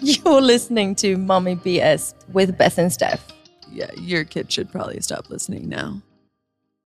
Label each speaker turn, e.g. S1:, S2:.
S1: You're listening to Mommy BS with Beth and Steph.
S2: Yeah, your kid should probably stop listening now.